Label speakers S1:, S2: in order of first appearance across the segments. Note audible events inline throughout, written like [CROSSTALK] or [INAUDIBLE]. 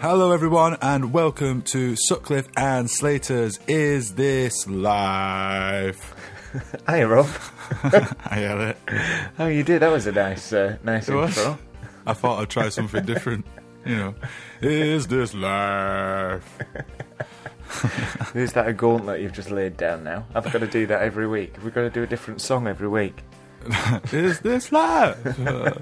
S1: Hello, everyone, and welcome to Sutcliffe and Slater's Is This Life? [LAUGHS]
S2: Hey Rob,
S1: I had it.
S2: oh you did. That was a nice, uh, nice
S1: It was.
S2: intro.
S1: I thought I'd try something different. You know, is this life?
S2: Is that a gauntlet you've just laid down now? I've got to do that every week. We've got to do a different song every week.
S1: Is this life?
S2: Oh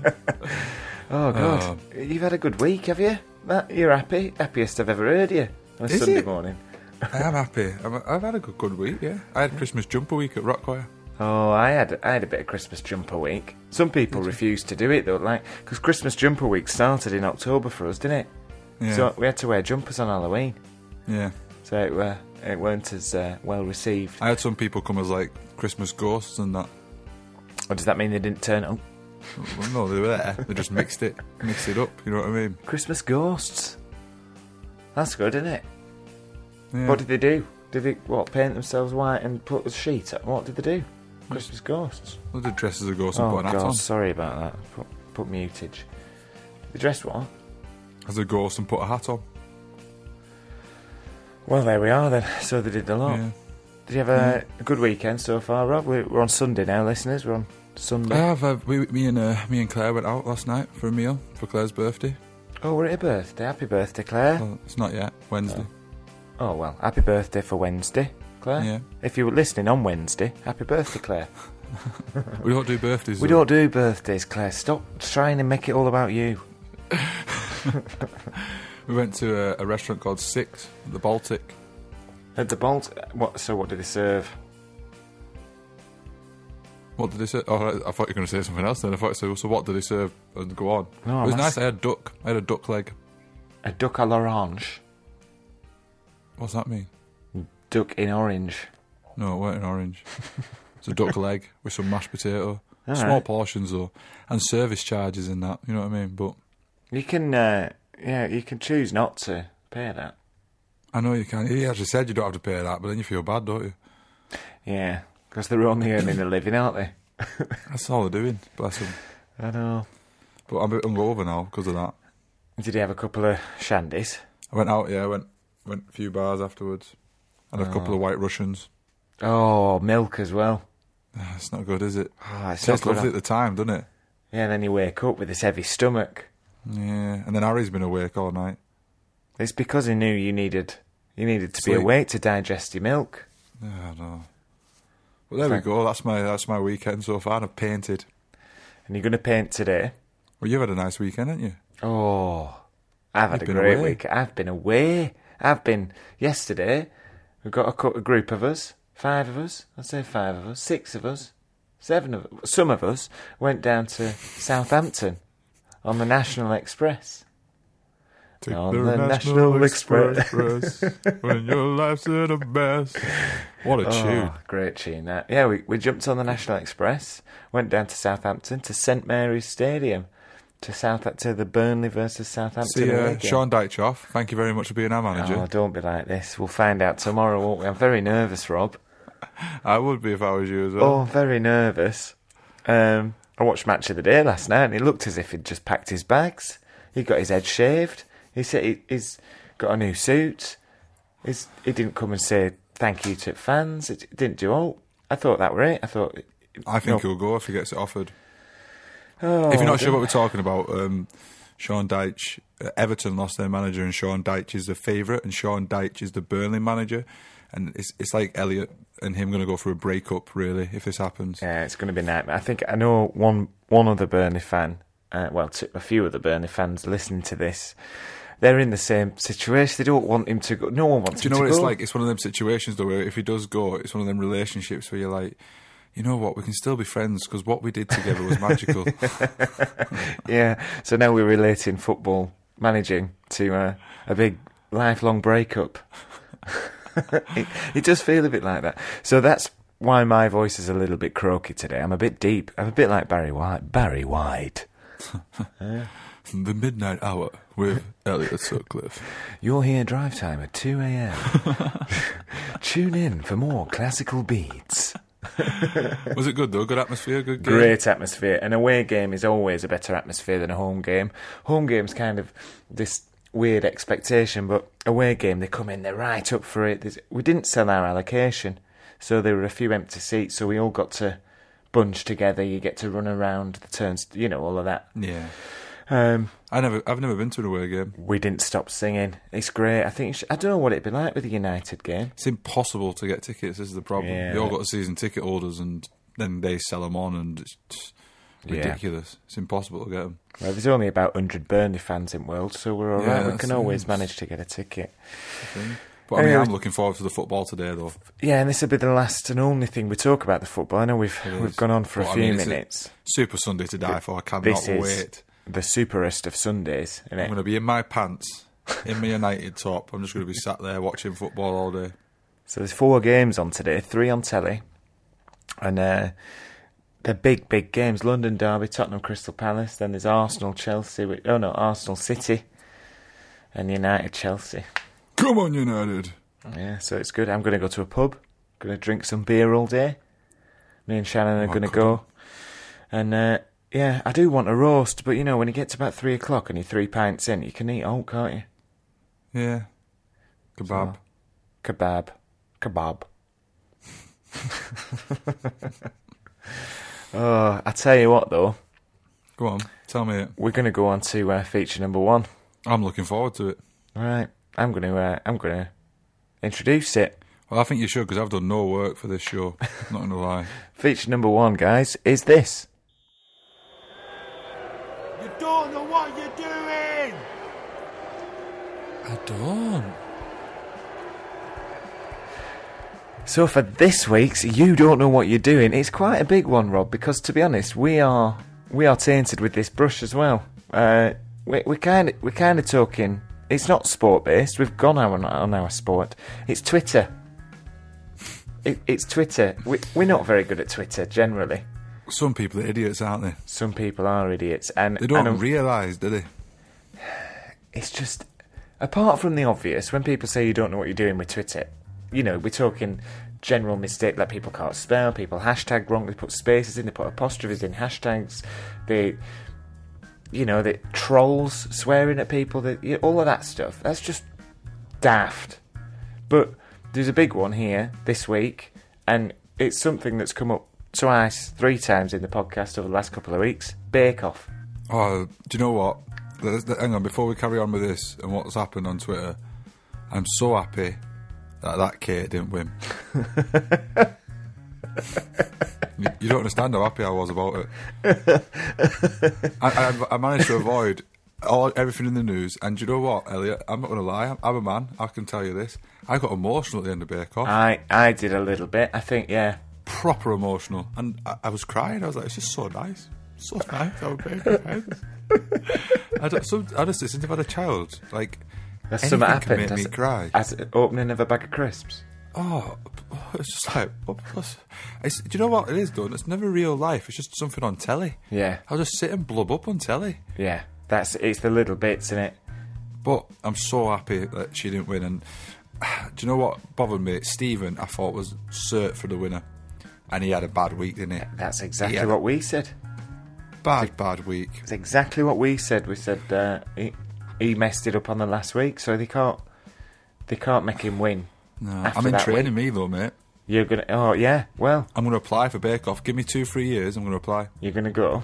S2: God, you've had a good week, have you? Matt, you're happy. Happiest I've ever heard you on a
S1: Is
S2: Sunday
S1: it?
S2: morning.
S1: [LAUGHS] I am happy. I'm, I've had a good, good week. Yeah, I had Christmas jumper week at Rockchoir.
S2: Oh, I had I had a bit of Christmas jumper week. Some people refuse to do it though, like because Christmas jumper week started in October for us, didn't it?
S1: Yeah,
S2: So we had to wear jumpers on Halloween.
S1: yeah.
S2: So it were it weren't as uh, well received.
S1: I had some people come as like Christmas ghosts and that.
S2: Or does that mean they didn't turn up?
S1: Well, no, they were there. They just mixed it, mixed it up. You know what I mean?
S2: Christmas ghosts. That's good, isn't it?
S1: Yeah.
S2: What did they do? Did they what paint themselves white and put a sheet? up? What did they do? Christmas ghosts.
S1: Well, they dressed as a ghost and
S2: Oh
S1: put an hat
S2: God,
S1: on.
S2: sorry about that. Put, put mutage. They dressed what?
S1: As a ghost and put a hat on.
S2: Well, there we are then. [LAUGHS] So they did the lot.
S1: Yeah.
S2: Did you have a, a good weekend so far, Rob? We're, we're on Sunday now, listeners. We're on
S1: I
S2: Sunday.
S1: have. Uh, we, me and uh, me and Claire went out last night for a meal for Claire's birthday.
S2: oh, we're at her birthday. Happy birthday, Claire.
S1: Well, it's not yet Wednesday.
S2: Oh well, happy birthday for Wednesday, Claire.
S1: Yeah.
S2: If you were listening on Wednesday, happy birthday, Claire.
S1: We don't do birthdays.
S2: We
S1: though.
S2: don't do birthdays, Claire. Stop trying to make it all about you.
S1: We went to a, a restaurant called Six, at the Baltic.
S2: At the Bolt, what? So what did they serve?
S1: What did they serve? Oh, I- I thought you were going to say something else. Then I thought you said, so. What did they serve? And go on.
S2: No,
S1: it was
S2: I'm
S1: nice.
S2: ask-
S1: I had duck. I had a duck leg.
S2: A duck à l'orange.
S1: What's that mean?
S2: Duck in orange.
S1: No, it weren't an
S2: [LAUGHS]
S1: orange. it's a duck leg with some mashed potato.
S2: All
S1: Small
S2: right.
S1: portions though, and service charges in that. You know what I mean? But
S2: You can, uh, yeah, you can choose not to pay that.
S1: I know you can't. He actually said you don't have to pay that, but then you feel bad, don't you?
S2: Yeah, because they're only earning a living, aren't they?
S1: That's all they're doing. Bless them.
S2: I know.
S1: But I'm a bit hungover now because of that.
S2: Did you have a couple of shandies?
S1: I went out. Yeah, I went went a few bars afterwards. Had a couple of
S2: Ah.
S1: White Russians.
S2: Oh, milk as well.
S1: Ah, It's not good, is it?
S2: Ah, it's
S1: Tastes
S2: not good,
S1: lovely at the time, doesn't it?
S2: Yeah, and then you wake up with this heavy stomach.
S1: Yeah, and then Harry's been awake all night.
S2: It's because he knew you needed you needed to
S1: Sleep.
S2: be awake to digest your milk.
S1: Yeah, Ah, I know. Well, there we
S2: Thank-
S1: go. That's my that's my weekend so far. and I've painted.
S2: And you're going to paint today.
S1: Well, you've had a nice weekend, haven't you?
S2: Oh, I've had
S1: You've
S2: a
S1: been
S2: great
S1: away.
S2: week. I've been away. I've been yesterday. We've got a, cou- a group of us, five of us. I'd say five of us, six of us, seven of some of us went down to Southampton on the National Express.
S1: Take
S2: On the National Express.
S1: when your life's at the best. What a tune!
S2: Oh, great tune that. Yeah, we, we jumped on the National Express, went down to Southampton to St Mary's Stadium, to South to the Burnley versus Southampton.
S1: See,
S2: away
S1: uh,
S2: game.
S1: Sean Dychoff. Thank you very much for being our manager.
S2: Oh, don't be like this. We'll find out tomorrow, won't we? I'm very nervous, Rob.
S1: I would be if I was you as well.
S2: Oh, I'm very nervous. Um, I watched Match of the Day last night, and he looked as if he'd just packed his bags. He got his head shaved. He said he, he's got a new suit. He's, he didn't come and say thank you to fans. It didn't do all. I thought that were it. I thought.
S1: I think he'll go if he gets it offered. if you're not sure what we're talking about, um, Sean Deitch, uh, Everton lost their manager, and Sean Deitch is the favourite, and Sean Deitch is the Burnley manager, and it's it's like Elliot and him going to go for a breakup really if this happens.
S2: Yeah, it's going to be a nightmare. I think I know one one other Burnley fan. Uh, well, t- a few other Burnley fans listening to this. They're in the same situation. They don't want him to go. No one wants
S1: Do you
S2: him
S1: know
S2: to
S1: what it's
S2: go.
S1: like? It's one of them situations though where if he does go, it's one of them relationships where you're like, you know what, we can still be friends because what we did together was magical.
S2: Yeah. So now we're relating football managing to uh, a big lifelong breakup. [LAUGHS] it, it does feel a bit like that. So that's why my voice is a little bit croaky today. I'm a bit deep. I'm a bit like Barry White. Barry White.
S1: the midnight hour with Elliot Sutcliffe.
S2: You'll hear drive time at 2 a.m. [LAUGHS] Tune in for more classical beats.
S1: Was it good though? Good atmosphere, good game.
S2: Great atmosphere. An away game is always a better atmosphere than a home game. Home game's kind of this weird expectation, but away game, they come in, they're right up for it. There's, we didn't sell our allocation, so there were a few empty seats, so we all got to bunch together. You get to run around the turns, you know, all of that.
S1: Yeah.
S2: Um,
S1: I never, I've never been to an away game.
S2: we didn't stop singing. It's great. I think you should, I don't know what it'd be like with a United game.
S1: It's impossible to get tickets. This is the problem.
S2: Yeah.
S1: They all got season ticket orders, and then they sell them on, and it's just
S2: Yeah.
S1: ridiculous. It's impossible to get them.
S2: Well, there's only about 100 Burnley fans in the world, so we're all
S1: Yeah,
S2: right. We
S1: that's-
S2: can always manage to get a ticket.
S1: But I mean,
S2: Anyway.
S1: I'm looking forward to the football today, though.
S2: Yeah, and this will be the last and only thing we talk about the football. I know we've
S1: It
S2: we've
S1: is.
S2: gone on for
S1: But
S2: a
S1: I
S2: few
S1: mean, it's a-
S2: minutes.
S1: Super Sunday to die for. I cannot
S2: This is-
S1: wait.
S2: The superest of Sundays, isn't
S1: I'm
S2: it?
S1: going to be in my pants, in my United top. I'm just going to be sat there watching football all day.
S2: So there's four games on today, three on telly, and uh, they're big, big games. London Derby, Tottenham Crystal Palace. Then there's Arsenal Chelsea. Which, oh no, Arsenal City, and United Chelsea.
S1: Come on, United.
S2: Yeah, so it's good. I'm going to go to a pub. Going to drink some beer all day. Me and Shannon are
S1: Oh,
S2: going to
S1: good.
S2: go. And uh, yeah, I do want a roast, but you know, when you get to about three o'clock and you're three pints in, you can eat all, can't you?
S1: Yeah. Kebab.
S2: Kebab, kebab. [LAUGHS] oh, I tell you what, though,
S1: Go on, tell me it.
S2: we're going to go on to uh, feature number one.
S1: I'm looking forward to it.
S2: All right, I'm going to uh, I'm going to introduce it.
S1: Well, I think you should because I've done no work for this show. Not going to lie.
S2: Feature number one, guys, is this.
S3: You don't know what you're doing!
S1: I don't.
S2: So for this week's You Don't Know What You're Doing, it's quite a big one, Rob, because to be honest, we are we are tainted with this brush as well. Uh, we we kind of we're kind of talking. It's not sport based. We've gone on on our sport. It's Twitter. It, it's Twitter. We, we're not very good at Twitter generally.
S1: Some people are idiots, aren't they?
S2: Some people are idiots, and
S1: They don't
S2: and
S1: realise, do they?
S2: it's just apart from the obvious when people say you don't know what you're doing with twitter you know we're talking general mistake that people can't spell people hashtag wrong they put spaces in they put apostrophes in hashtags they you know the trolls swearing at people that you all of that stuff that's just daft but there's a big one here this week and it's something that's come up twice three times in the podcast over the last couple of weeks bake off
S1: Oh, do you know what? There's- there- Hang on, before we carry on with this and what's happened on Twitter, I'm so happy that that kid didn't win. you, you don't understand how happy I was about it. I, I, I managed to avoid all everything in the news, and do you know what, Elliot? I'm not going to lie. I'm, I'm a man. I can tell you this. I got emotional at the end of Bake Off.
S2: i i did a little bit i think yeah
S1: proper emotional, and I, I was crying. I was like, "It's just so nice, so nice." I would
S2: [LAUGHS]
S1: bake with friends. I don't, some, honestly, since I've had a child, like
S2: That's
S1: anything
S2: something
S1: can
S2: happened.
S1: make me
S2: that's,
S1: cry.
S2: that's the opening of a bag of crisps.
S1: oh, oh, it's just like, oh, plus- it's, do you know what it is, done? It's never real life. It's just something on telly.
S2: Yeah.
S1: I'll just sit and blub up on telly.
S2: Yeah, that's it's the little bits in it.
S1: But I'm so happy that she didn't win. And [SIGHS] do you know what bothered me? Stephen, I thought was cert for the winner, and he had a bad week, didn't he?
S2: That's exactly
S1: Yeah.
S2: what we said.
S1: Bad, bad week.
S2: It's exactly what we said. We said uh, he he messed it up on the last week, so they can't they can't make him win.
S1: No,
S2: After
S1: I'm in
S2: that
S1: training,
S2: week.
S1: me though, mate.
S2: You're gonna oh yeah, well
S1: I'm going to apply for Bake Off. Give me two, three years. I'm going to apply.
S2: you're gonna go.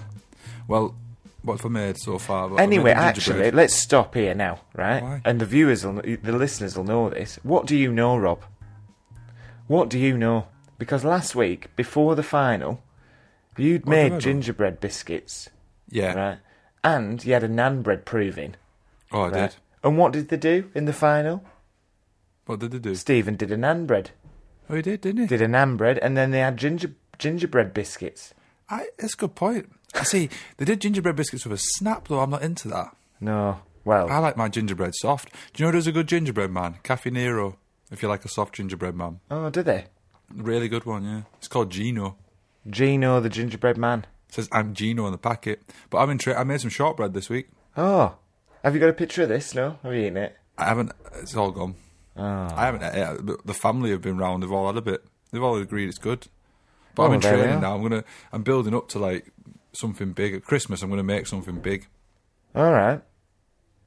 S1: Well, what have I made so far? Well, I made
S2: Anyway,
S1: a gingerbread.
S2: actually, let's stop here now, right?
S1: Why?
S2: And the viewers, will, the listeners will know this. What do you know, Rob? What do you know? Because last week, before the final, you'd
S1: do I
S2: made
S1: know?
S2: gingerbread biscuits,
S1: yeah.
S2: right? And you had a nan bread proving.
S1: Oh, I
S2: Right?
S1: did.
S2: And what did they do in the final?
S1: What did they do?
S2: Stephen did a nan bread,
S1: Oh, he did, didn't he?
S2: did a nan bread, and then they had ginger gingerbread biscuits.
S1: I, that's a good point. I see. They did gingerbread biscuits with a snap, though. I'm not into that.
S2: No, well,
S1: I like my gingerbread soft. Do you know who's a good gingerbread man? Cafe Nero. If you like a soft gingerbread man,
S2: oh, did they?
S1: really good one. Yeah, it's called Gino.
S2: Gino, the gingerbread man.
S1: It says I'm Gino on the packet. But I'm in. Tra- I made some shortbread this week.
S2: Oh, have you got a picture of this? No, have you eaten it?
S1: I haven't. It's all gone.
S2: Ah.
S1: I haven't. ate it. The- The family have been round. They've all had a bit. They've all agreed it's good. But I'm
S2: Oh,
S1: in
S2: there we
S1: training
S2: are.
S1: now. I'm gonna. I'm building up to like something big at Christmas. I'm gonna make something big.
S2: All right.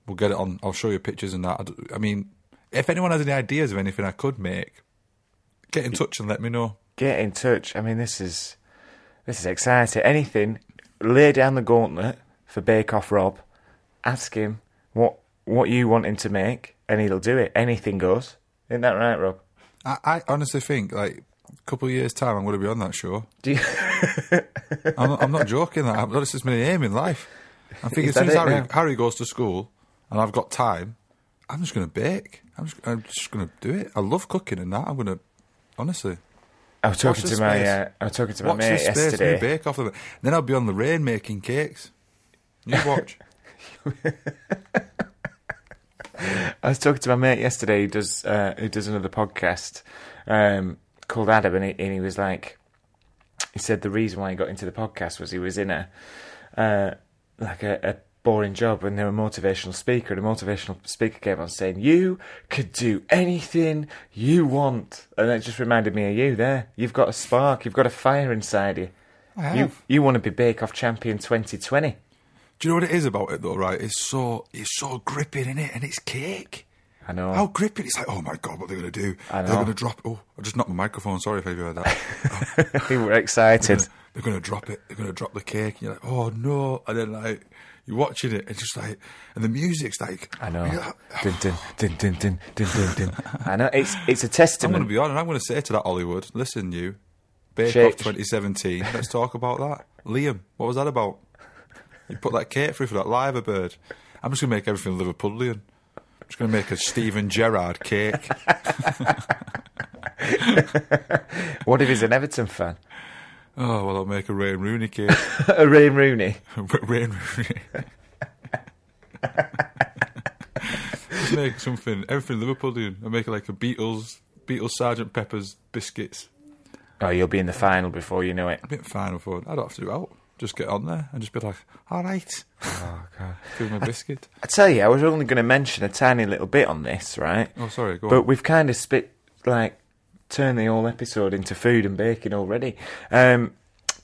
S1: We'll get it on. I'll show you pictures and that. I d- I, mean, if anyone has any ideas of anything I could make, get in touch and let me know.
S2: Get in touch. I mean, this is this is exciting. Anything, lay down the gauntlet for Bake Off Rob. Ask him what what you want him to make, and he'll do it. Anything goes. Isn't that right, Rob?
S1: I, I honestly think like a couple of years time, I'm going to be on that show.
S2: Do you,
S1: I'm, not- I'm not joking. That that's just my aim in life. I think
S2: Is
S1: as soon
S2: that
S1: as
S2: it
S1: Harry,
S2: now?
S1: Harry goes to school and I've got time, I'm just going to bake. I'm just, I'm just going to do it. I love cooking and that. I'm going to honestly.
S2: [LAUGHS] I was
S1: Watch
S2: talking to
S1: this
S2: my
S1: space.
S2: uh, I was talking to my
S1: Watch
S2: mate
S1: this space new
S2: yesterday.
S1: bake off of it. Then I'll be on the rain making cakes. You
S2: [LAUGHS]
S1: watch.
S2: I was talking to my mate yesterday who does uh, who does another podcast um, called Adam, and he, and he was like, he said the reason why he got into the podcast was he was in a uh, like a, a boring job when they were a motivational speaker, and a motivational speaker came on saying, "You could do anything you want," and that just reminded me of you. There, you've got a spark, you've got a fire inside you.
S1: I have.
S2: You you want to be Bake Off champion 2020.
S1: Do you know what it is about it though? Right? It's so it's so gripping in it, and it's cake.
S2: I know.
S1: How gripping! It's like, oh my god, what they're going to do?
S2: I
S1: They're
S2: know.
S1: going to drop. Oh, I just knocked my microphone. Sorry if you heard that.
S2: [LAUGHS] we were excited.
S1: they're going to drop it. They're going to drop the cake. And you're like, oh no! And then like you're watching it, and just like, and the music's like,
S2: I know.
S1: you're like,
S2: Dun, dun, dun, dun, dun, dun, dun, dun. I know. It's it's a
S1: I'm going to
S2: testament.
S1: be on, and I'm going to say to that Hollywood, listen, you, Bake
S2: Shake-
S1: Off 2017. Let's talk about that. Liam, what was that about? You put that cake through for that liver bird. I'm just going to make everything Liverpudlian. I'm just going to make a Stephen Gerrard cake.
S2: What if he's an Everton fan? [LAUGHS]
S1: Oh well, I'll make a Rain Rooney cake. [LAUGHS]
S2: a Ray Rooney.
S1: Rain Rooney. [LAUGHS] Just make something, everything Liverpudlian. I make it like a Beatles, Beatles Sergeant Pepper's biscuits.
S2: Oh, you'll be in the final before you know it.
S1: A bit final four. I don't have to do out. Just get on there and just be like, all right,
S2: Oh God!
S1: [LAUGHS] give him a biscuit.
S2: I tell you, I was only going to mention a tiny little bit on this, right?
S1: Oh, sorry, go
S2: but
S1: on.
S2: we've kind of spit like turned the whole episode into food and baking already. Um,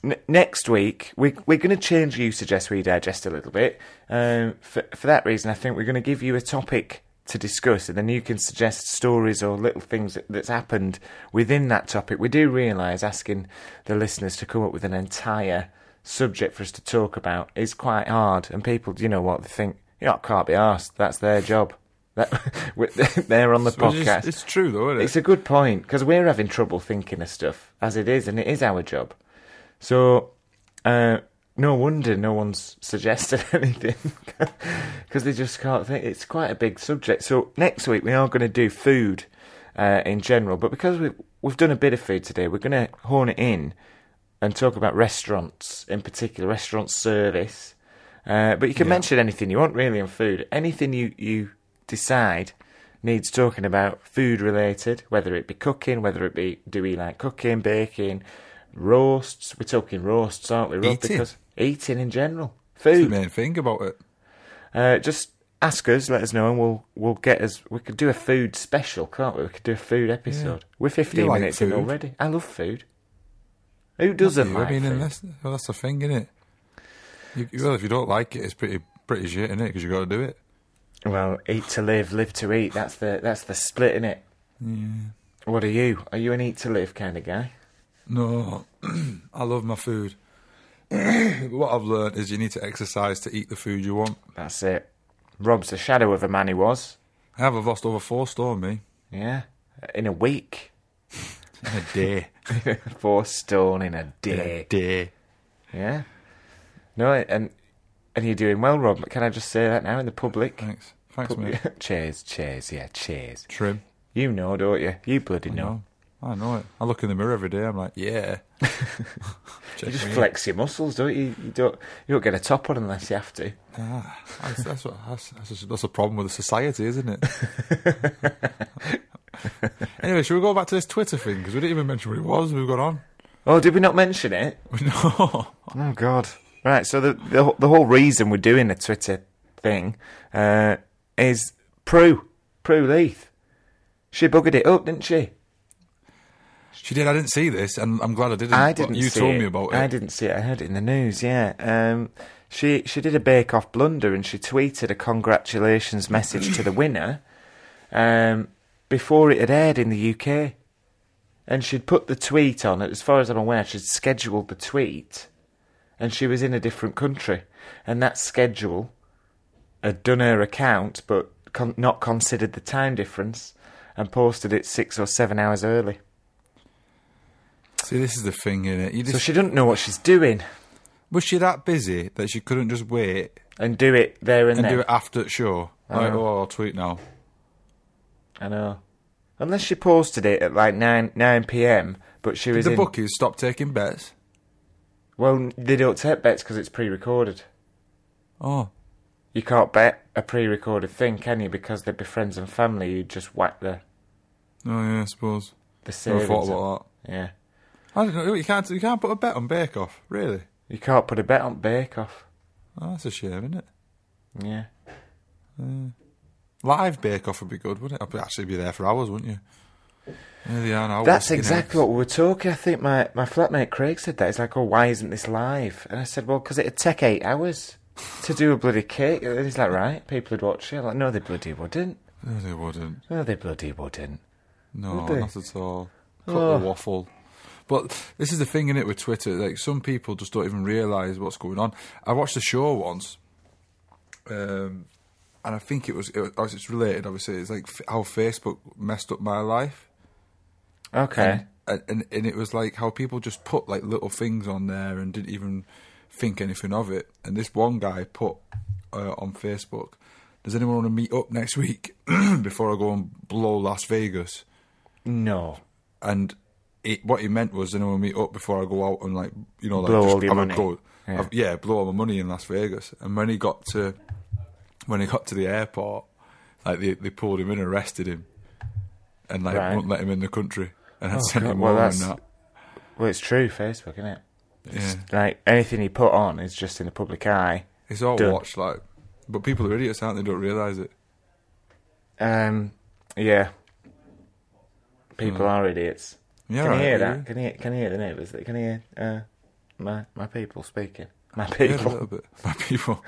S2: n- next week we we're going to change you suggest we digest a little bit. Um, for for that reason, I think we're going to give you a topic to discuss, and then you can suggest stories or little things that, that's happened within that topic. We do realise asking the listeners to come up with an entire subject for us to talk about is quite hard, and people, you know what, they think, you know, I can't be asked. That's their job. That, [LAUGHS] with- they're on the
S1: But it's,
S2: podcast.
S1: just- it's true though, isn't it?
S2: It's a good point because we're having trouble thinking of stuff as it is, and it is our job. So, uh, no wonder no one's [LAUGHS] suggested anything because they just can't think. It's quite a big subject. So next week we are going to do food uh, in general, but because we've we've done a bit of food today, we're going to hone it in and talk about restaurants in particular, restaurant service. Uh, but you can mention anything you want really on food. Anything you, you decide needs talking about food related, whether it be cooking, whether it be do we like cooking, baking, roasts. We're talking roasts, aren't we? Rob?
S1: Eating.
S2: Because eating in general,
S1: That's the
S2: food.
S1: main thing about it.
S2: Uh, just ask us, let us know, and we'll we'll get us. We could do a food special, can't we? We could do a food episode. We're fifteen
S1: You like
S2: minutes in
S1: food.
S2: already. I love food. Who doesn't
S1: You-
S2: like
S1: I mean,
S2: food?
S1: unless well, that's the thing, isn't it? You, well, if you don't like it, it's pretty pretty shit, isn't it? Because you got to do it.
S2: Well, eat to live, live to eat. That's the that's the split in it. Yeah. What are you? Are you an eat to live kind of guy?
S1: No, [CLEARS THROAT] I love my food. [CLEARS THROAT] what I've learned is you need to exercise to eat the food you want.
S2: That's it. Rob's a shadow of a man he was.
S1: I have I've lost over four stone, me.
S2: Yeah. In a week, [LAUGHS]
S1: In a day.
S2: four stone in a
S1: In [LAUGHS]
S2: day.
S1: a day.
S2: Yeah. No, and and you're doing well, Rob. Can I just say that now in the public?
S1: Thanks. Thanks,
S2: Pub-
S1: mate.
S2: [LAUGHS] cheers, cheers, yeah, cheers.
S1: [LAUGHS] Trim.
S2: You know, don't you? You bloody
S1: No.
S2: know.
S1: I know it. I look in the mirror every day. I'm like, [LAUGHS] yeah. Check
S2: You just
S1: me.
S2: flex your muscles, don't you? You don't. You don't get a top on unless you have to.
S1: Ah, that's, that's, what, that's, that's, a, that's a problem with the society, isn't [LAUGHS] it? anyway, should we go back to this Twitter thing? Because we didn't even mention what it was. We've got on. [LAUGHS]
S2: Oh, did we not mention it?
S1: no.
S2: Oh God! Right. So the the, wh- the whole reason we're doing a Twitter thing uh, is Prue Prue Leith. She buggered it up, didn't she?
S1: She did. I didn't see this, and I'm glad I didn't.
S2: I
S1: but
S2: didn't.
S1: You
S2: see
S1: told me about it.
S2: I didn't see it. I heard it in the news. Yeah. Um, She she did a Bake Off blunder and she tweeted a congratulations
S1: [CLEARS THROAT]
S2: message to the winner um, before it had aired in the UK. And she'd put the tweet on. As far as I'm aware, she'd scheduled the tweet, and she was in a different country, and that schedule had done her account, but con- not considered the time difference, and posted it six or seven hours early.
S1: See, this is the thing, innit? You
S2: So
S1: just,
S2: she doesn't know what she's doing,
S1: was she that busy that she couldn't just wait
S2: and do it there and,
S1: and
S2: then.
S1: do it after the show? Like,
S2: know.
S1: oh, I'll tweet now.
S2: I know. Unless she posted it at like nine nine p.m., but she was
S1: the
S2: in.
S1: bookies stopped taking bets.
S2: Well, they don't take bets because it's pre-recorded.
S1: Oh,
S2: You can't bet a pre-recorded thing, can you? Because they'd be friends and family. You'd just whack the
S1: oh yeah, I suppose.
S2: the
S1: Never
S2: savings.
S1: thought about
S2: Yeah,
S1: that. I don't know. You can't. You can't put a bet on Bake Off, really.
S2: you can't put a bet on Bake Off.
S1: Oh, that's a shame, isn't it?
S2: Yeah,
S1: Live Bake Off would be good, wouldn't it? I'd actually be there for hours, wouldn't you? Yeah, they are now.
S2: that's
S1: whisking
S2: exactly
S1: eggs.
S2: what we were talking. I think my my flatmate Craig said that. He's like, "Oh, why isn't this live?" And I said, "Well, because it'd take eight hours to do a bloody cake." And he's like, "Right, people would watch it." I'm like, "No, they bloody wouldn't.
S1: No, they wouldn't.
S2: No, they bloody wouldn't."
S1: No,
S2: Would they?
S1: not at all. Cut the waffle. But this is the thing in it with Twitter. Like some people just don't even realise what's going on. I watched a show once, um, and I think it was, it was it's related. Obviously, it's like f- how Facebook messed up my life,
S2: Okay.
S1: and, and and it was like how people just put like little things on there and didn't even think anything of it. And this one guy put uh, on Facebook, "Does anyone want to meet up next week [CLEARS THROAT] before I go and blow Las Vegas?"
S2: no.
S1: and it, what he meant was, you know, meet up before I go out and like, you know, like
S2: Blow
S1: just
S2: all your
S1: have a
S2: money.
S1: go.
S2: Yeah.
S1: Have- yeah, blow all my money in Las Vegas. And when he got to, when he got to the airport, like they, they pulled him in, and arrested him, and like
S2: Right. Oh,
S1: wouldn't let him in the country, and had sent
S2: God,
S1: him
S2: well,
S1: home
S2: that's-
S1: and that.
S2: Well, it's true. Facebook, isn't it?
S1: Yeah,
S2: Like anything you put on is just in the public eye.
S1: it's all
S2: done.
S1: watched like, but people are idiots, aren't they? Don't realise it.
S2: Um, yeah. People are idiots.
S1: Yeah,
S2: can
S1: Hmm. right,
S2: you hear
S1: yeah.
S2: that? Can you hear, can you hear the neighbours? Can you hear uh, my my people speaking? My
S1: Yeah, a
S2: [LAUGHS] people. [LAUGHS]
S1: little bit. [LAUGHS] My people.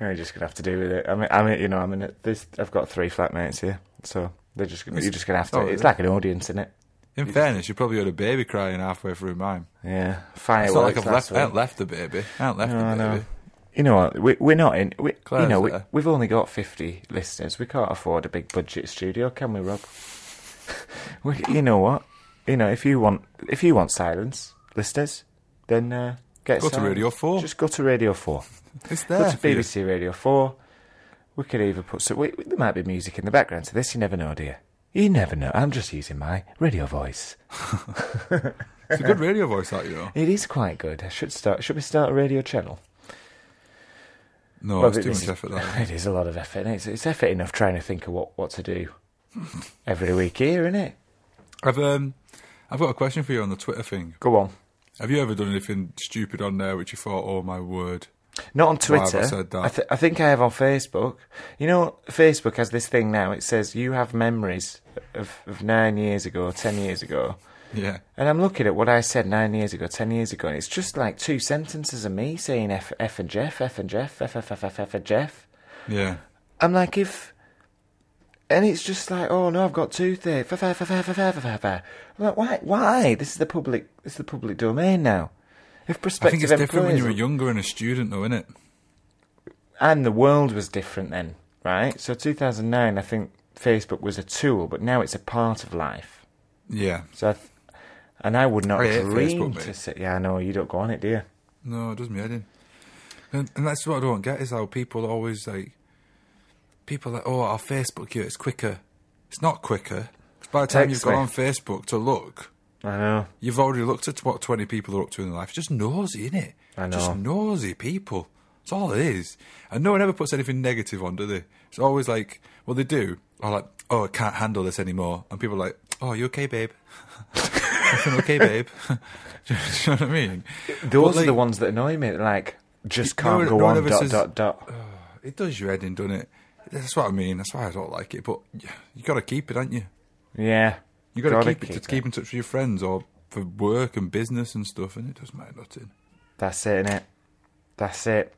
S2: You're just gonna have to do with it. I mean, I mean, you know, I mean, this. I've got three flatmates here, so they're just gonna, you're just gonna have to.
S1: oh,
S2: it's
S1: yeah.
S2: like an audience, isn't it?
S1: In fairness, you probably heard a baby crying halfway through mine.
S2: Yeah,
S1: It's not
S2: fireworks.
S1: like I've
S2: that's
S1: left, I
S2: all.
S1: ain't left the baby. I ain't left
S2: No,
S1: the
S2: no.
S1: baby.
S2: You know what? We, we're not in. We, you
S1: Claire's
S2: know, we,
S1: there.
S2: we've only got fifty listeners. We can't afford a big budget studio, can we, Rob? [LAUGHS] we, you know what? You know, if you want, if you want silence, listeners, then uh, get
S1: Go to
S2: silence.
S1: Radio 4.
S2: Just go to Radio Four. Ah,
S1: It's
S2: Go
S1: there.
S2: to
S1: for you.
S2: BBC Radio Four. We could even put so we, there might be music in the background to this. You never know, dear. You never know. I'm just using my radio voice.
S1: It's a good radio voice, that you know.
S2: It is quite good. I should start. Should we start a radio channel?
S1: No,
S2: Well,
S1: it's too
S2: this
S1: much
S2: is-
S1: effort. That.
S2: [LAUGHS] It is a lot of effort. It's, it's effort enough trying to think of what, what
S1: [LAUGHS]
S2: to do every week here, isn't it?
S1: I've um, I've got a question for you on the Twitter thing.
S2: Go on.
S1: Have you ever done anything stupid on there which you thought, oh my word?
S2: Not on
S1: Why have I
S2: Twitter.
S1: said that?
S2: I, th- I think I have on Facebook. You know, Facebook has this thing now. It says you have memories of, of nine years ago, ten years ago.
S1: Yeah,
S2: And I'm looking at what I said nine years ago, ten years ago, and it's just like two sentences of me saying F, F and Jeff, F and Jeff, F, F, F, F, F and Jeff.
S1: yeah.
S2: I'm like, if. And it's just like, oh no, I've got toothache. Fa- fa- fa- fa- fa- fa- fa- fa- fa. I'm like, why? Why? This is the public. This is the public domain now. If
S1: I think
S2: prospective
S1: it's different when
S2: employers
S1: you were younger and a student, though, isn't it?
S2: and the world was different then, right? So 2009, I think Facebook was a tool, but now it's a part of life.
S1: Yeah.
S2: So, I th- and I would not
S1: I hate
S2: dream
S1: Facebook, mate.
S2: to sit. Yeah, I know you don't go on it, do you?
S1: No, it doesn't me head in. And, and that's what I don't get is how people always like. People are like, oh, I'll Facebook you. It's quicker. It's not quicker. 'Cause By the time
S2: Text
S1: you've
S2: me.
S1: got on Facebook to look,
S2: I know.
S1: you've already looked at what 20 people are up to in their life. It's just nosy, isn't it?
S2: I know.
S1: Just nosy people. That's all it is. And no one ever puts anything negative on, do they? It's always like, well, they do. Or like, oh, I can't handle this anymore. And people are like, oh, you okay, babe? [LAUGHS] Everything okay, babe? [LAUGHS] do, you, do you know what I mean?
S2: Those
S1: But,
S2: are the
S1: like,
S2: ones that annoy me. Like, just
S1: No one-
S2: can't go
S1: no one
S2: on.
S1: ever
S2: Dot,
S1: says-
S2: dot dot
S1: It does your head in, doesn't it? That's what I mean. That's why I don't like it. But you got to keep it, ain't you?
S2: Yeah.
S1: you got to
S2: Gotta
S1: keep, it to keep in touch with your friends or for work and business and stuff. And it does matter nothing.
S2: That's it, innit? That's it.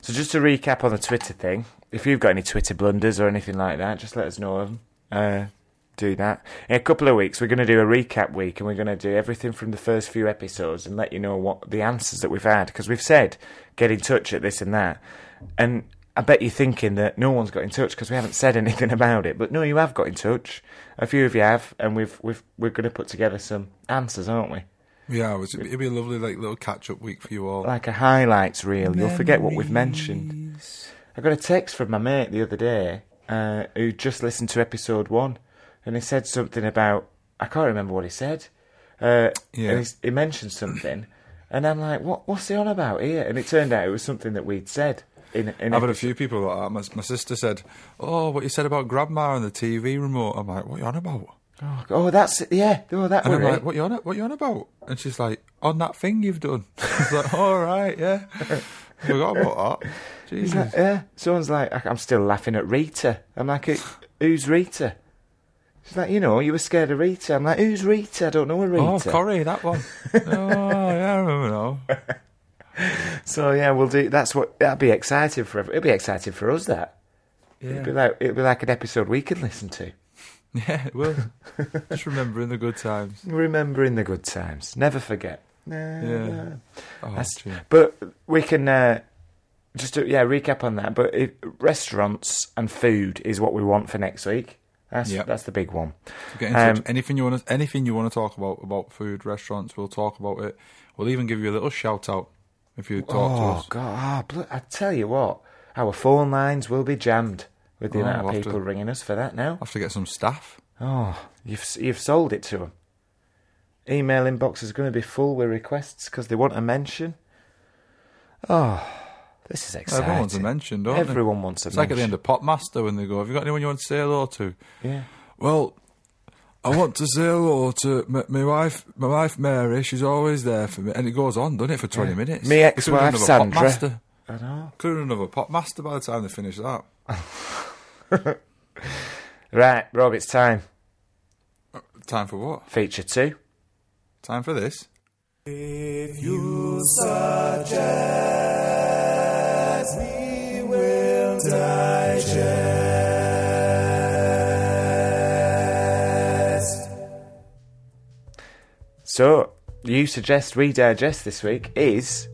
S2: So just to recap on the Twitter thing, if you've got any Twitter blunders or anything like that, just let us know of 'em. Uh, do that. In a couple of weeks, we're going to do a recap week, and we're going to do everything from the first few episodes and let you know what the answers that we've had because we've said get in touch at this and that, and I bet you're thinking that no one's got in touch because we haven't said [LAUGHS] anything about it. But no, you have got in touch. A few of you have, and we've we've we're going to put together some answers, aren't we?
S1: Yeah, it was, it'd be a lovely like little catch up week for you all.
S2: like a highlights reel. You'll forget what we've mentioned. I got a text from my mate the other day uh, who just listened to episode one, and he said something about I can't remember what he said. Uh,
S1: Yeah.
S2: and he's, he mentioned something, and I'm like, "What? What's he on about here?" And it turned out it was something that we'd said in in
S1: I've had a few people like that. My, my sister said, "Oh, what you said about grandma and the TV remote." I'm like, "What you on about?"
S2: Oh, oh, that's yeah. Oh, that
S1: And
S2: were
S1: I'm
S2: it.
S1: like, "What you on? What you on about?" And she's like, "On that thing you've done." [LAUGHS] I was like, "All right, yeah." Forgot about
S2: [LAUGHS]
S1: that.
S2: He's
S1: Jesus.
S2: like, yeah. Someone's like, I- I'm still laughing at Rita. I'm like, "Who- who's Rita? She's like, you know, you were scared of Rita. I'm like, who's Rita? I don't know a Rita.
S1: Oh, Corrie, that
S2: [LAUGHS]
S1: one. oh, yeah, I remember now.
S2: So yeah, we'll do. That's what that'd be exciting for. ev- It'd be exciting for us. That it'd be
S1: Yeah,
S2: like it'd be like an episode we could listen to,
S1: [LAUGHS] yeah, it will. Just remembering the good times.
S2: [LAUGHS] remembering the good times. Never forget.
S1: Yeah. Oh,
S2: That's-
S1: gee.
S2: But we can uh, just do, yeah recap on that. But if, restaurants and food is what we want for next week. That's
S1: Yep.
S2: that's the big one.
S1: Get in touch.
S2: Um,
S1: anything you want, to, anything you want to talk about about food, restaurants, we'll talk about it. We'll even give you a little shout out if you talk to
S2: Oh
S1: us.
S2: God! Oh, bl- I tell you what, our phone lines will be jammed with the
S1: Oh,
S2: amount
S1: we'll
S2: of
S1: have
S2: people
S1: to-
S2: ringing us for that now.
S1: I'll have to get some staff.
S2: Oh, you've s- you've sold it to them. Email inbox is going to be full with requests because they want a mention. Oh, this is exciting.
S1: Everyone wants a mention, don't they?
S2: Everyone wants a
S1: It's like at
S2: mention.
S1: the end of Popmaster when they go, "Have you got anyone you want to say hello to?"
S2: yeah.
S1: Well, I want to say hello to my, my wife, my wife Mary. She's always there for me, and it goes on, doesn't it, for twenty minutes?
S2: Me
S1: We could
S2: ex-wife
S1: have done another
S2: Sandra.
S1: Popmaster.
S2: I know.
S1: Could have done another Popmaster by the time they finish that.
S2: Right, Rob, it's time.
S1: Time for what?
S2: Feature two.
S1: Time for this.
S2: So, you suggest we digest this week is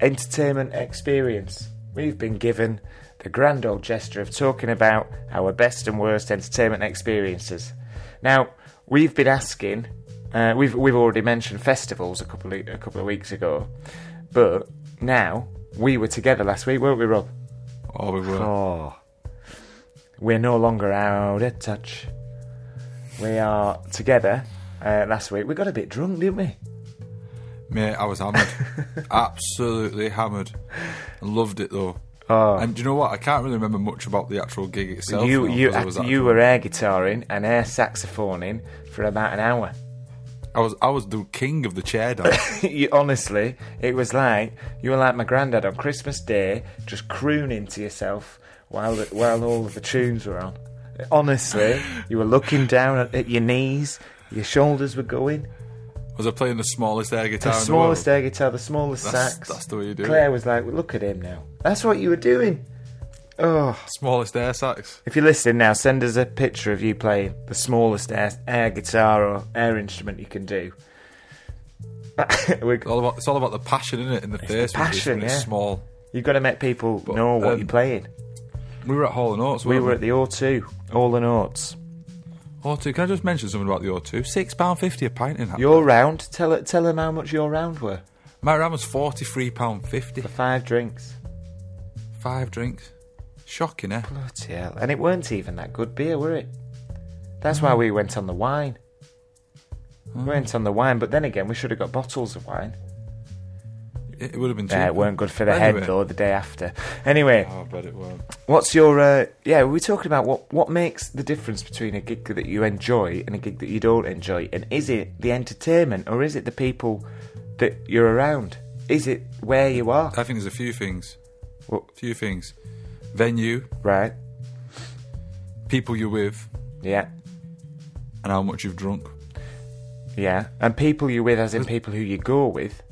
S2: entertainment experience. We've been given the grand old gesture of talking about our best and worst entertainment experiences. Now, we've been asking. Uh, we've we've already mentioned festivals a couple of, a couple of weeks ago, but now we were together last week, weren't we, Rob?
S1: Oh, we were.
S2: Oh. We're no longer out of touch. We are together uh, last week. We got a bit drunk, didn't we?
S1: Mate, I was
S2: [LAUGHS]
S1: hammered. Absolutely hammered. I loved it though. And do you know what? I can't really remember much about the actual gig itself.
S2: Oh. you
S1: now,
S2: you
S1: 'cause I was,
S2: uh, you
S1: actually-
S2: were air guitaring and air saxophoning for about an hour. [LAUGHS]
S1: I was I was the king of the chair dance.
S2: you, honestly, it was like you were like my granddad on Christmas Day, just crooning to yourself while the, while all of the tunes were on. Honestly, you were looking down at, at your knees. Your shoulders were going.
S1: was I playing the smallest air
S2: The
S1: guitar in the world?
S2: smallest air guitar, the smallest
S1: That's-
S2: sax.
S1: that's the way you do it.
S2: Claire was like, "Look at him now." That's what you were doing. Oh,
S1: smallest air sax.
S2: If you're listening now, send us a picture of you playing the smallest air, air guitar or air instrument you can do. [LAUGHS] We're,
S1: It's all about it's all about the passion, isn't it? In the face when it's-
S2: passion,
S1: when it's
S2: yeah.
S1: small.
S2: you've got to make people know what
S1: um,
S2: you're playing.
S1: We were at Hall and Oates.
S2: We were at the O2, All and Oats.
S1: O2. Can I just mention something about the O2? Six pound fifty a pint in that.
S2: Your round, tell tell them how much your round were
S1: My ram was forty three pound fifty.
S2: for five drinks.
S1: Five drinks. Shocking, eh?
S2: Bloody hell! And it weren't even that good beer, were it? That's
S1: Hmm.
S2: why we went on the wine. We went on the wine, but then again, we should have got bottles of wine.
S1: It, it would have been.
S2: Yeah,
S1: cheaper.
S2: it weren't good for the
S1: Anyway.
S2: head though. The day after, anyway.
S1: Oh, I bet it weren't.
S2: What's your uh, yeah? We're talking about what what makes the difference between a gig that you enjoy and a gig that you don't enjoy, and is it the entertainment or is it the people that you're around? Is it where you are?
S1: I think there's a few things.
S2: Well-
S1: few things. Venue,
S2: Right?
S1: people you're with,
S2: Yeah,
S1: and how much you've drunk.
S2: yeah. And people you're with, as in people who you go with,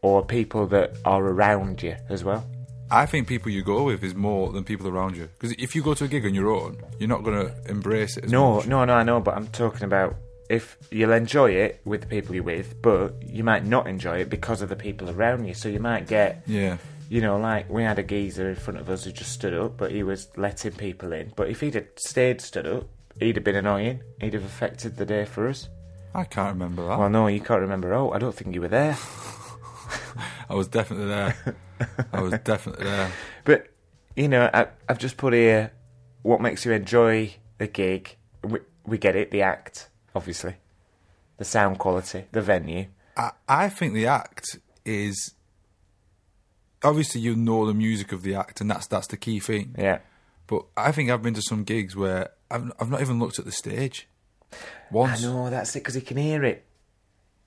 S2: or people that are around you as well.
S1: I think people you go with is more than people around you. Because if you go to a gig on your own, you're not going to embrace it as
S2: No,
S1: much.
S2: no, no, I know, but I'm talking about if you'll enjoy it with the people you're with, but you might not enjoy it because of the people around you. So you might get,
S1: Yeah.
S2: you know, like we had a geezer in front of us who just stood up, but he was letting people in. But if he'd have stayed stood up, he'd have been annoying. He'd have affected the day for us.
S1: I can't remember that.
S2: Well, no, you can't remember. Oh, I don't think you were there.
S1: I was definitely
S2: [LAUGHS]
S1: there. I was definitely there.
S2: But you know, I, I've just put here what makes you enjoy the gig. We, we get it, the act, obviously, the sound quality, the venue.
S1: I, I think the act is obviously you know the music of the act, and that's that's the key thing.
S2: Yeah,
S1: But I think I've been to some gigs where I've I've not even looked at the stage
S2: I
S1: once.
S2: know that's it because you can hear it.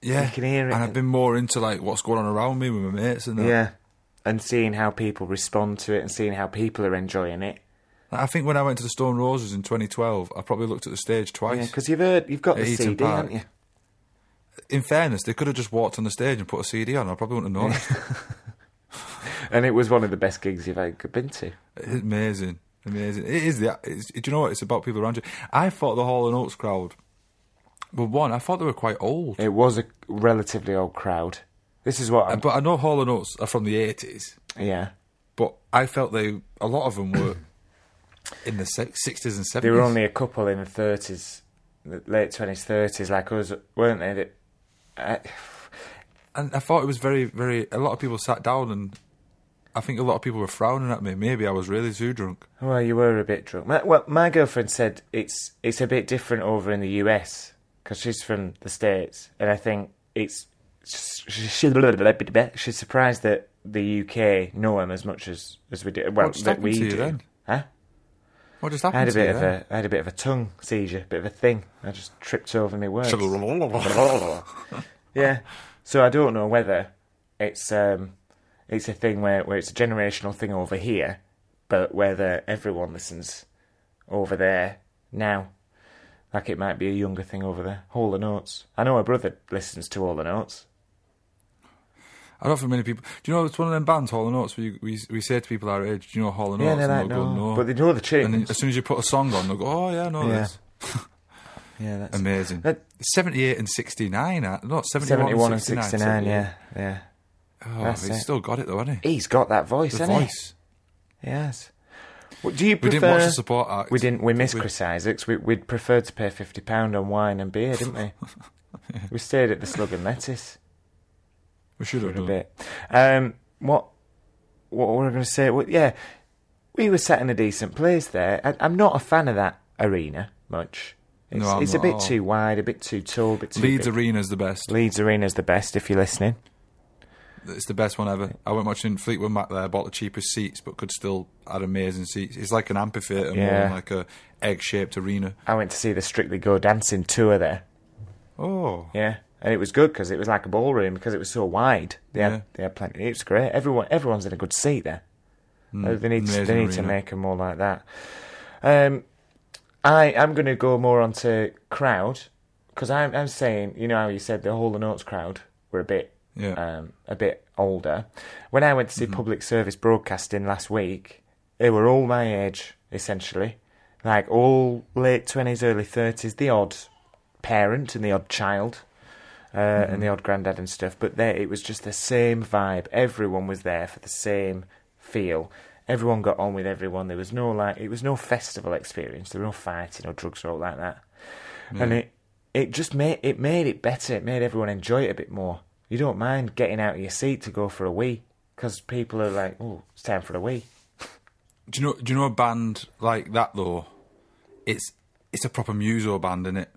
S1: Yeah,
S2: You can hear it.
S1: And I've been more into like what's going on around me with my mates and that.
S2: Yeah, and seeing how people respond to it and seeing how people are enjoying it.
S1: I think when I went to the Stone Roses in 2012, I probably looked at the stage
S2: Yeah,
S1: twice.
S2: because you've heard, you've got the
S1: At Eton
S2: CD,
S1: Park.
S2: haven't you?
S1: in fairness, they could have just walked on the stage and put a CD on. I probably wouldn't have noticed.
S2: And it was one of the best gigs you've ever been to.
S1: [LAUGHS] It's amazing, amazing. It is the. It's, do you know what? It's about people around you. I thought the Hall and Oates crowd. Well, one, I thought they were quite old,
S2: It was a relatively old crowd. This is what I'm.
S1: but I know Hall and Oates are from the eighties.
S2: yeah,
S1: But I felt they a lot of them
S2: [COUGHS]
S1: were in the sixties and
S2: They
S1: seventies.
S2: were only a couple in the thirties, the late twenties, thirties, like us, weren't they? That, I,
S1: and I thought it was very, very. A lot of people sat down, and I think a lot of people were frowning at me. Maybe I was really too drunk.
S2: well, you were a bit drunk. My, well, my girlfriend said it's it's a bit different over in the US because she's from the states, and I think it's she's surprised that the UK know him as much as as we do. Well,
S1: What just
S2: that
S1: happened
S2: we
S1: to you
S2: do.
S1: then?
S2: Huh?
S1: What just
S2: I
S1: happened
S2: had a
S1: to
S2: bit
S1: you?
S2: of
S1: then?
S2: a I had a bit of a tongue seizure, bit of a thing. I just tripped over my words. [LAUGHS] yeah. So I don't know whether it's um it's a thing where, where it's a generational thing over here, but whether everyone listens over there now. Like it might be a younger thing over there. Hall and Oates. I know my brother listens to Hall and Oates.
S1: I don't think many people. Do you know it's one of them bands, Hall and Oates, where you, we we say to people our age, "Do you know Hall and
S2: yeah,
S1: Oates?"
S2: they're like
S1: and they'll
S2: no.
S1: go, "No."
S2: but they know the
S1: and then
S2: tunes.
S1: as soon as you put a song on, they'll go, "Oh yeah, I know
S2: Yeah.
S1: this."
S2: Yeah, that's
S1: Amazing.
S2: That-
S1: Seventy-eight and sixty-nine, uh, not seventy-one,
S2: seventy-one and
S1: and sixty-nine.
S2: sixty-nine. Yeah, yeah.
S1: Oh,
S2: That's
S1: he's
S2: it.
S1: still got it though, hasn't he?
S2: He's got that voice,
S1: The
S2: hasn't he?
S1: voice.
S2: Yes. Well, do you
S1: We
S2: prefer?
S1: didn't watch the support act.
S2: We didn't. We missed
S1: we?
S2: Chris Isaacs. We, we'd preferred to pay fifty pound on wine and beer,
S1: [LAUGHS]
S2: didn't we? We stayed at the Slug and Lettuce
S1: We should have
S2: for
S1: done.
S2: a bit. Um, what? What were I going to say? Well, yeah, we were sat in a decent place there. I, I'm not a fan of that arena much. It's,
S1: No, I'm
S2: it's a
S1: not
S2: bit
S1: at all.
S2: too wide, a bit too tall, a bit too
S1: Leeds
S2: big.
S1: Arena's the best.
S2: Leeds Arena's the best if you're listening.
S1: It's the best one ever. I went watching Fleetwood Mac there, bought the cheapest seats, but could still had amazing seats. It's like an amphitheatre, more
S2: Yeah.
S1: than like a egg-shaped arena.
S2: I went to see the Strictly Go Dancing tour there.
S1: Oh,
S2: Yeah, and it was good because it was like a ballroom because it was so wide. They had
S1: Yeah.
S2: they had plenty. It was great. Everyone everyone's in a good seat there. Uh, they need to,
S1: Hmm. amazing
S2: they need to
S1: arena.
S2: make them more like that. Um, I I'm going to go more onto crowd because I'm I'm saying you know how you said the Hall and Oates crowd were a bit
S1: Yeah.
S2: um a bit older. When I went to see public service broadcasting last week, they were all my age essentially, like all late twenties, early thirties. The odd parent and the odd child uh, and the odd granddad and stuff. But there, it was just the same vibe. Everyone was there for the same feel. Everyone got on with everyone. There was no like, it was no festival experience. There were no fighting or drugs or all like that.
S1: Hmm.
S2: And it, it just made it made it better. It made everyone enjoy it a bit more. You don't mind getting out of your seat to go for a wee because people are like, oh, it's time for a wee.
S1: do you know? Do you know a band like that though? It's it's a proper muso band, isn't it?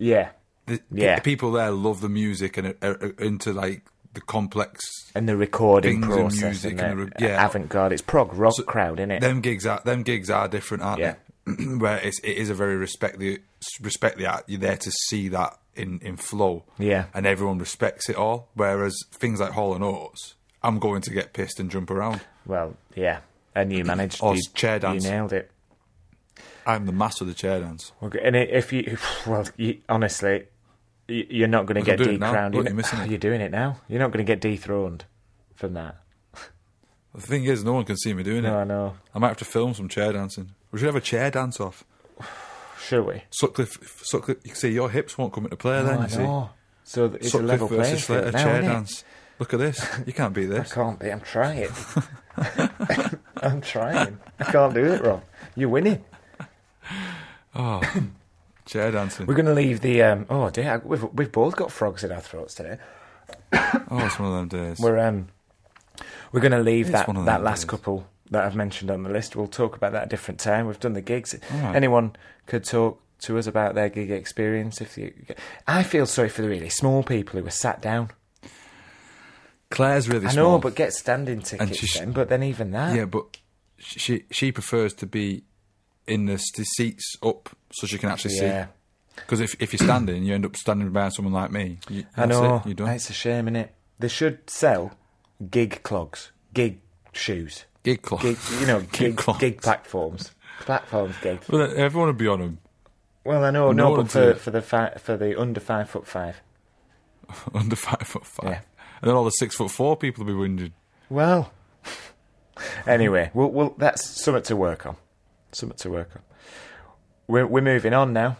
S2: Yeah,
S1: The,
S2: Yeah.
S1: the people there love the music and are, are into like the complex.
S2: and the recording
S1: Things and
S2: process
S1: music
S2: and,
S1: and
S2: the,
S1: the re- yeah.
S2: avant-garde. It's prog rock crowd, isn't it?
S1: Them gigs are them gigs are different, aren't
S2: Yeah.
S1: they? [CLEARS THROAT] Where it's, it is a very respect the respect the art. You're there to see that in in flow,
S2: Yeah.
S1: and everyone respects it all. Whereas things like Hall and Oates, I'm going to get pissed and jump around.
S2: Well, yeah, and you managed.
S1: Or
S2: you,
S1: chair dance.
S2: You nailed it.
S1: I'm the master of the chair dance.
S2: Okay, and i- if you, [LAUGHS] well, you, honestly, y- you're not going to
S1: Look, I'm
S2: get
S1: doing it now.
S2: [SIGHS] dethroned.
S1: Look,
S2: You're
S1: you're missing it.
S2: doing it now. You're not going to get dethroned from that.
S1: The thing is, no one can see me doing
S2: No, I
S1: it.
S2: know.
S1: I might have to film some chair dancing. We should have a chair dance off.
S2: Shall we?
S1: Sutcliffe, Sutcliffe, you see, your hips won't come into play then,
S2: Oh, I
S1: you see.
S2: know. So th- it's a
S1: Sutcliffe
S2: level playing
S1: versus Slater
S2: field now,
S1: chair
S2: isn't it?
S1: dance. Look at this. You can't beat
S2: [LAUGHS] I
S1: this.
S2: can't be.
S1: [LAUGHS]
S2: I'm trying. I'm trying. I can't do it, Rob. You're winning.
S1: Oh, chair dancing.
S2: We're going to leave the. Um, oh dear, we've we've both got frogs in our throats today.
S1: Oh, it's one of them days.
S2: We're um, we're going to leave
S1: It's
S2: that
S1: one of
S2: that
S1: them
S2: last
S1: days.
S2: couple that I've mentioned on the list. We'll talk about that at a different time. We've done the gigs.
S1: right.
S2: Anyone could talk to us about their gig experience. If you, I feel sorry for the really small people who were sat down.
S1: Claire's really
S2: I know,
S1: small.
S2: but get standing tickets
S1: she's-
S2: then. But then even that,
S1: yeah, but she she prefers to be in the st- seats up so she can actually
S2: Yeah.
S1: see. Because if if you're standing, you end up standing behind someone like me. You,
S2: I
S1: that's
S2: know.
S1: It, you're done.
S2: It's a shame, innit? They should sell gig clogs, gig shoes,
S1: Gig clock.
S2: gig, you
S1: [LAUGHS]
S2: know,
S1: Gig
S2: gig,
S1: clogs.
S2: gig platforms, platforms, gig.
S1: Well, then everyone would be on them
S2: Well, I know,
S1: No
S2: no,
S1: one
S2: but for,
S1: did.
S2: for the fi- for the under five foot five.
S1: [LAUGHS] under five foot five,
S2: Yeah.
S1: and then all the six foot four people would be wounded.
S2: Well, [LAUGHS] anyway, we'll, we'll, that's something to work on. Something to work on. We're, we're moving on now.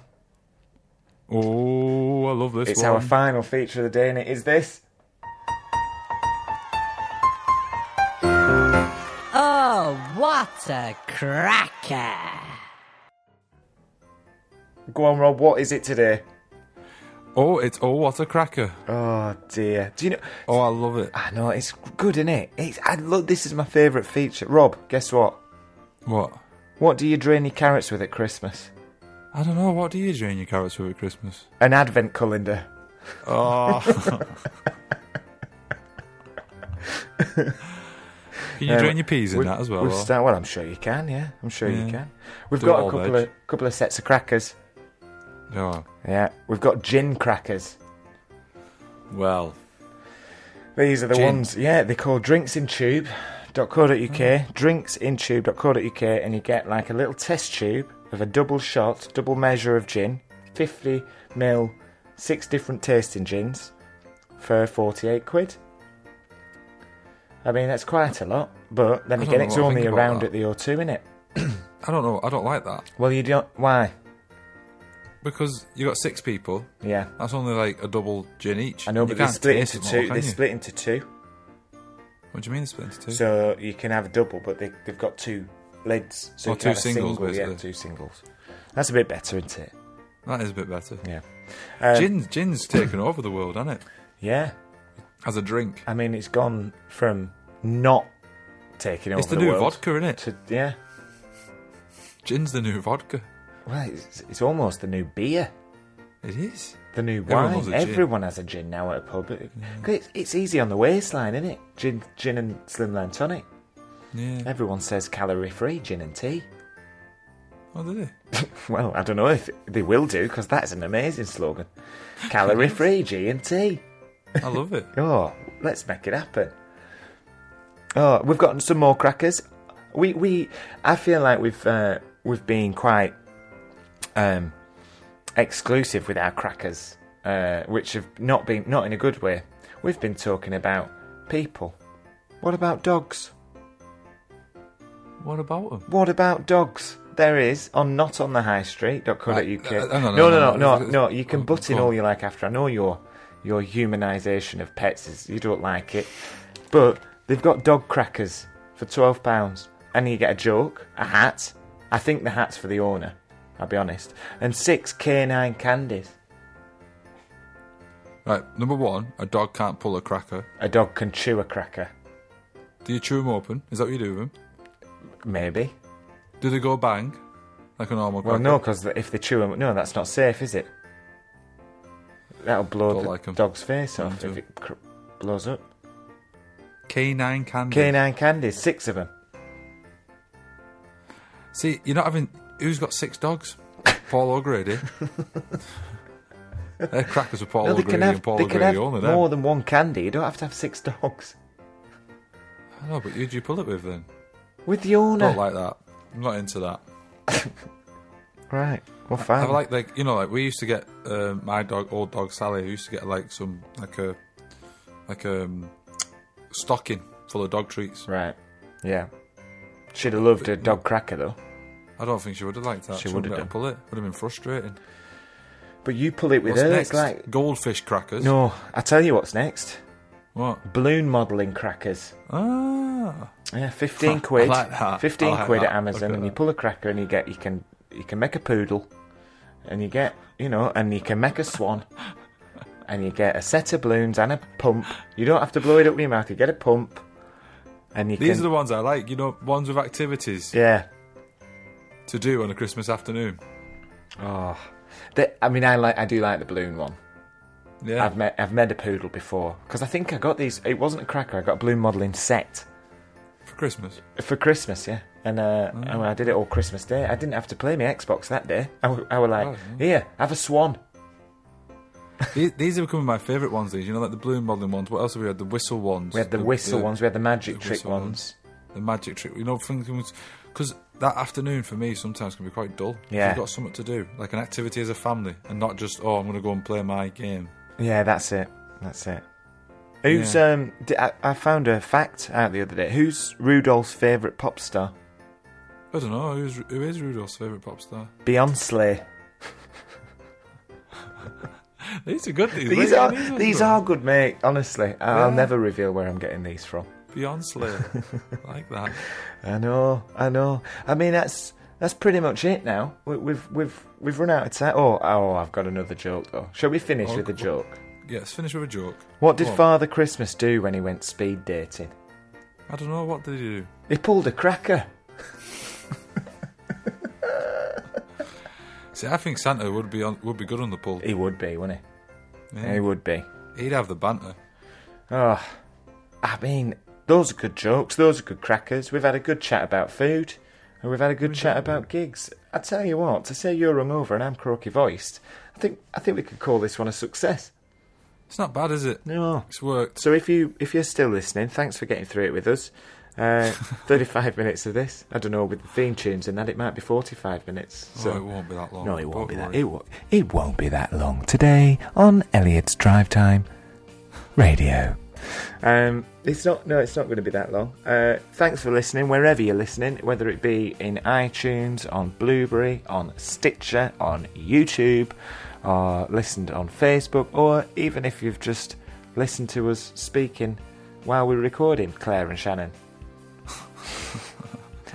S1: Oh, I love this
S2: It's
S1: one.
S2: our final feature of the day, and it is this.
S4: Oh, what a cracker!
S2: Go on, Rob. What is it today?
S1: oh, it's oh, what a cracker!
S2: Oh dear. Do you know?
S1: Oh, I love it.
S2: I know it's good, isn't it? It's, I love. This is my favourite feature. Rob, guess what?
S1: What?
S2: What do you drain your carrots with at Christmas?
S1: I don't know. What do you drain your carrots with at Christmas?
S2: An advent calendar.
S1: Oh. Can [LAUGHS] you drain your peas in
S2: We-
S1: that as well?
S2: Um, We've
S1: or?
S2: start, well, I'm sure you can. Yeah, I'm sure
S1: Yeah.
S2: you can. We've
S1: Do it
S2: got
S1: all
S2: a couple
S1: veg.
S2: of couple of sets of crackers.
S1: Oh,
S2: Yeah, we've got gin crackers.
S1: well.
S2: These are the
S1: Gin.
S2: ones, yeah, they call drinksintube.co.uk, drinksintube.co.uk, and you get like a little test tube of a double shot, double measure of gin, 50 mil, six different tasting gins for 48 quid. I mean, that's quite a lot, but then
S1: I don't
S2: again,
S1: know [LAUGHS]
S2: it's
S1: what I
S2: only
S1: think about
S2: around
S1: that.
S2: at the O2, innit?
S1: I don't know. I don't like that
S2: Well, you don't. Why?
S1: because you got six people.
S2: Yeah.
S1: That's only like a double gin each.
S2: I know,
S1: You
S2: but they
S1: can't
S2: split
S1: taste
S2: into
S1: them
S2: two.
S1: all, can
S2: They
S1: you?
S2: split into two,
S1: What do you mean they split into two?
S2: so you can have a double, but they, they've got two lids. So
S1: Oh,
S2: you can
S1: two
S2: have a
S1: singles,
S2: single, yeah,
S1: basically.
S2: two singles. That's a bit better, isn't it?
S1: that is a bit better.
S2: Yeah. Um,
S1: Gin, gin's taken over the world, hasn't it?
S2: Yeah.
S1: As a drink,
S2: I mean, it's gone from not taking over
S1: it's the,
S2: the
S1: new
S2: world
S1: vodka, isn't it?
S2: to yeah.
S1: Gin's the new vodka.
S2: Well, it's, it's almost the new beer,
S1: It is.
S2: the new
S1: Everyone
S2: wine.
S1: loves a gin.
S2: Everyone has a gin now at a pub. 'Cause It's, it's easy on the waistline, isn't it? Gin, gin and slimline tonic.
S1: Yeah.
S2: Everyone says calorie free gin and tea. [LAUGHS]
S1: Oh, did it?
S2: Well, I don't know if they will do because that's an amazing slogan.
S1: [LAUGHS]
S2: Calorie free G and T.
S1: I love it.
S2: Oh, let's make it happen. Oh, we've gotten some more crackers. We we I feel like we've uh, we've been quite um exclusive with our crackers, uh, which have not been not in a good way. We've been talking about people. What about dogs?
S1: What about them?
S2: What about dogs? There is on not on the high street.co.uk.
S1: Right, uh, hang
S2: no,
S1: on,
S2: no,
S1: hang
S2: no,
S1: on.
S2: no, no, You can
S1: oh, Go
S2: butt in
S1: on.
S2: all you like after. I know your your humanisation of pets is you don't like it, but they've got dog crackers for twelve pounds, and you get a joke, a hat. I think the hat's for the owner. I'll be honest, and six canine candies.
S1: Right, number one, a dog can't pull a cracker.
S2: A dog can chew a cracker,
S1: Do you chew them open? Is that what you do with them?
S2: maybe.
S1: Do they go bang, like a normal
S2: Well,
S1: cracker?
S2: no, because if they chew them, no, that's not safe, is it? That'll blow
S1: Don't
S2: the
S1: like 'em.
S2: dog's face off
S1: Don't do
S2: if it cr- blows up.
S1: Canine candy.
S2: Canine candies, six of them.
S1: See, you're not having. Who's got six dogs? Paul O'Grady.
S2: [LAUGHS]
S1: They're crackers with Paul
S2: they
S1: O'Grady
S2: can have,
S1: and Paul
S2: they can
S1: O'Grady
S2: have
S1: only. Then.
S2: more than one candy. You don't have to have six dogs.
S1: I know, but who do you pull it with then?
S2: With the owner.
S1: Not like that. I'm not into that.
S2: right. Well, fine.
S1: I like like you know like we used to get um, my dog old dog Sally who used to get like some like a like a um, stocking full of dog treats
S2: right. Yeah. Should have loved a dog cracker though.
S1: I don't think she would have liked that.
S2: She
S1: She, wouldn't
S2: would
S1: have
S2: have
S1: pull it. Would have been frustrating.
S2: But you pull it with
S1: What's
S2: her.
S1: next?
S2: It's like
S1: Goldfish crackers.
S2: no. I tell you what's next.
S1: What?
S2: Balloon modelling crackers.
S1: Ah.
S2: Yeah, fifteen quid.
S1: like that. I
S2: Fifteen
S1: like
S2: quid
S1: that.
S2: at
S1: Look
S2: Amazon,
S1: at
S2: and you
S1: that.
S2: pull a cracker, and you get you can you can make a poodle, and you get you know, and you can make
S1: [LAUGHS]
S2: a swan, and you get a set of balloons and a pump. You don't have to blow it up in your mouth. You get a pump, and you
S1: These
S2: can
S1: are the ones I like. You know, ones with activities
S2: yeah.
S1: to do on a Christmas afternoon.
S2: Oh, the, I mean, I like I do like the balloon one.
S1: Yeah.
S2: I've met I've met a poodle before because I think I got these. It wasn't a cracker. I got a balloon modelling set.
S1: for Christmas.
S2: For Christmas, yeah. And uh,
S1: Mm.
S2: and I did it all Christmas Day. I didn't have to play my Xbox that day. I, w- I were
S1: Oh,
S2: like, here, have a swan.
S1: these, these are becoming my favourite ones. These, you know, like the balloon modelling ones. What else have we had? The whistle ones.
S2: We had the whistle ones, we had the magic
S1: the
S2: trick
S1: whistle
S2: ones.
S1: the magic trick. You know, things because that afternoon for me sometimes can be quite dull. If
S2: Yeah.
S1: you've got something to do, like an activity as a family, and not just oh, I'm going to go and play my game.
S2: Yeah, that's it. That's it. Who's
S1: Yeah.
S2: um? di- I, I found a fact out the other day. Who's Rudolph's favorite pop star?
S1: I don't know who's who is Rudolph's favourite pop star.
S2: Beyonce.
S1: These are good. These,
S2: These
S1: Where
S2: are
S1: you getting
S2: these
S1: from?
S2: are good, mate. Honestly, I- I'll
S1: Yeah.
S2: never reveal where I'm getting these from. [LAUGHS]
S1: Beyonce. I like that.
S2: I know, I know. I mean, that's that's pretty much it now. We, we've we've we've run out of time. Oh, oh, I've got another joke though. Shall we finish
S1: Oh,
S2: with a
S1: go-
S2: joke?
S1: Yeah, let's finish with a joke.
S2: What did
S1: Go on.
S2: Father Christmas do when he went speed dating?
S1: I don't know. What did you do?
S2: He pulled a cracker.
S1: See, I think Santa would be on would be good on the pull.
S2: He would be, wouldn't he?
S1: Yeah.
S2: He would be.
S1: He'd have the banter.
S2: Oh, I mean, those are good jokes. Those are good crackers. We've had a good chat about food, and we've had a good chat about gigs. I tell you what, to say you're hungover and I'm croaky voiced, I think I think we could call this one a success.
S1: It's not bad, is it?
S2: No.
S1: It's worked.
S2: So if you if you're still listening, thanks for getting through it with us. Uh, 35 minutes of this. I don't know with the theme tunes and that it might be 45 minutes. So
S1: So it won't be that long.
S2: no, it won't
S1: Don't
S2: be that.
S1: worry.
S2: It won't, it won't be that long today on Elliot's Drive Time Radio. Um, it's not. No, it's not going to be that long. Uh, thanks for listening, wherever you're listening, whether it be in iTunes, on Blueberry, on Stitcher, on YouTube, or listened on Facebook, or even if you've just listened to us speaking while we're recording, Claire and [LAUGHS] Shannon.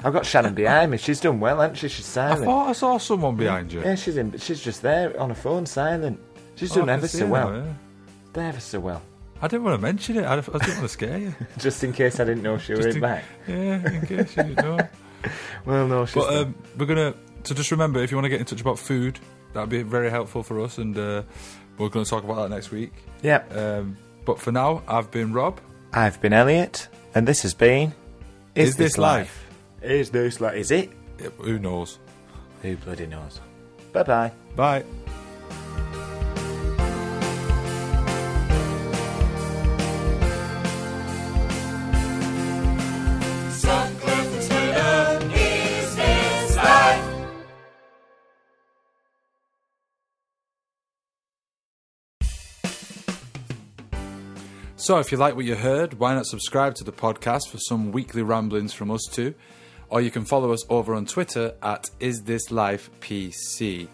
S2: I've got Shannon behind me. She's done well, hasn't she? She's
S1: I
S2: silent.
S1: thought I saw someone behind you.
S2: Yeah, she's in. She's just there on her phone, silent. She's
S1: Oh, I
S2: done
S1: can
S2: ever
S1: see
S2: so
S1: her
S2: well.
S1: now, yeah.
S2: Done ever so well. [LAUGHS]
S1: I didn't want to mention it. I, I didn't want to scare you.
S2: Just in case I didn't know she was
S1: Just
S2: in
S1: in- [LAUGHS]
S2: back.
S1: yeah, in case you didn't know.
S2: Well, no, she's.
S1: But
S2: not.
S1: um, we're gonna. So just remember, if you want to get in touch about food, that'd be very helpful for us, and uh, we're going to talk about that next week.
S2: yeah,
S1: Um, but for now, I've been Rob.
S2: I've been Elliot, and this has been.
S1: Is This Life?
S2: Is this life? Is it?
S1: Yeah, Who knows?
S2: Who bloody knows? Bye bye.
S1: Bye.
S3: Is this life?
S1: So, if you like what you heard, why not subscribe to the podcast for some weekly ramblings from us too? Or you can follow us over on Twitter at Is This Life PC.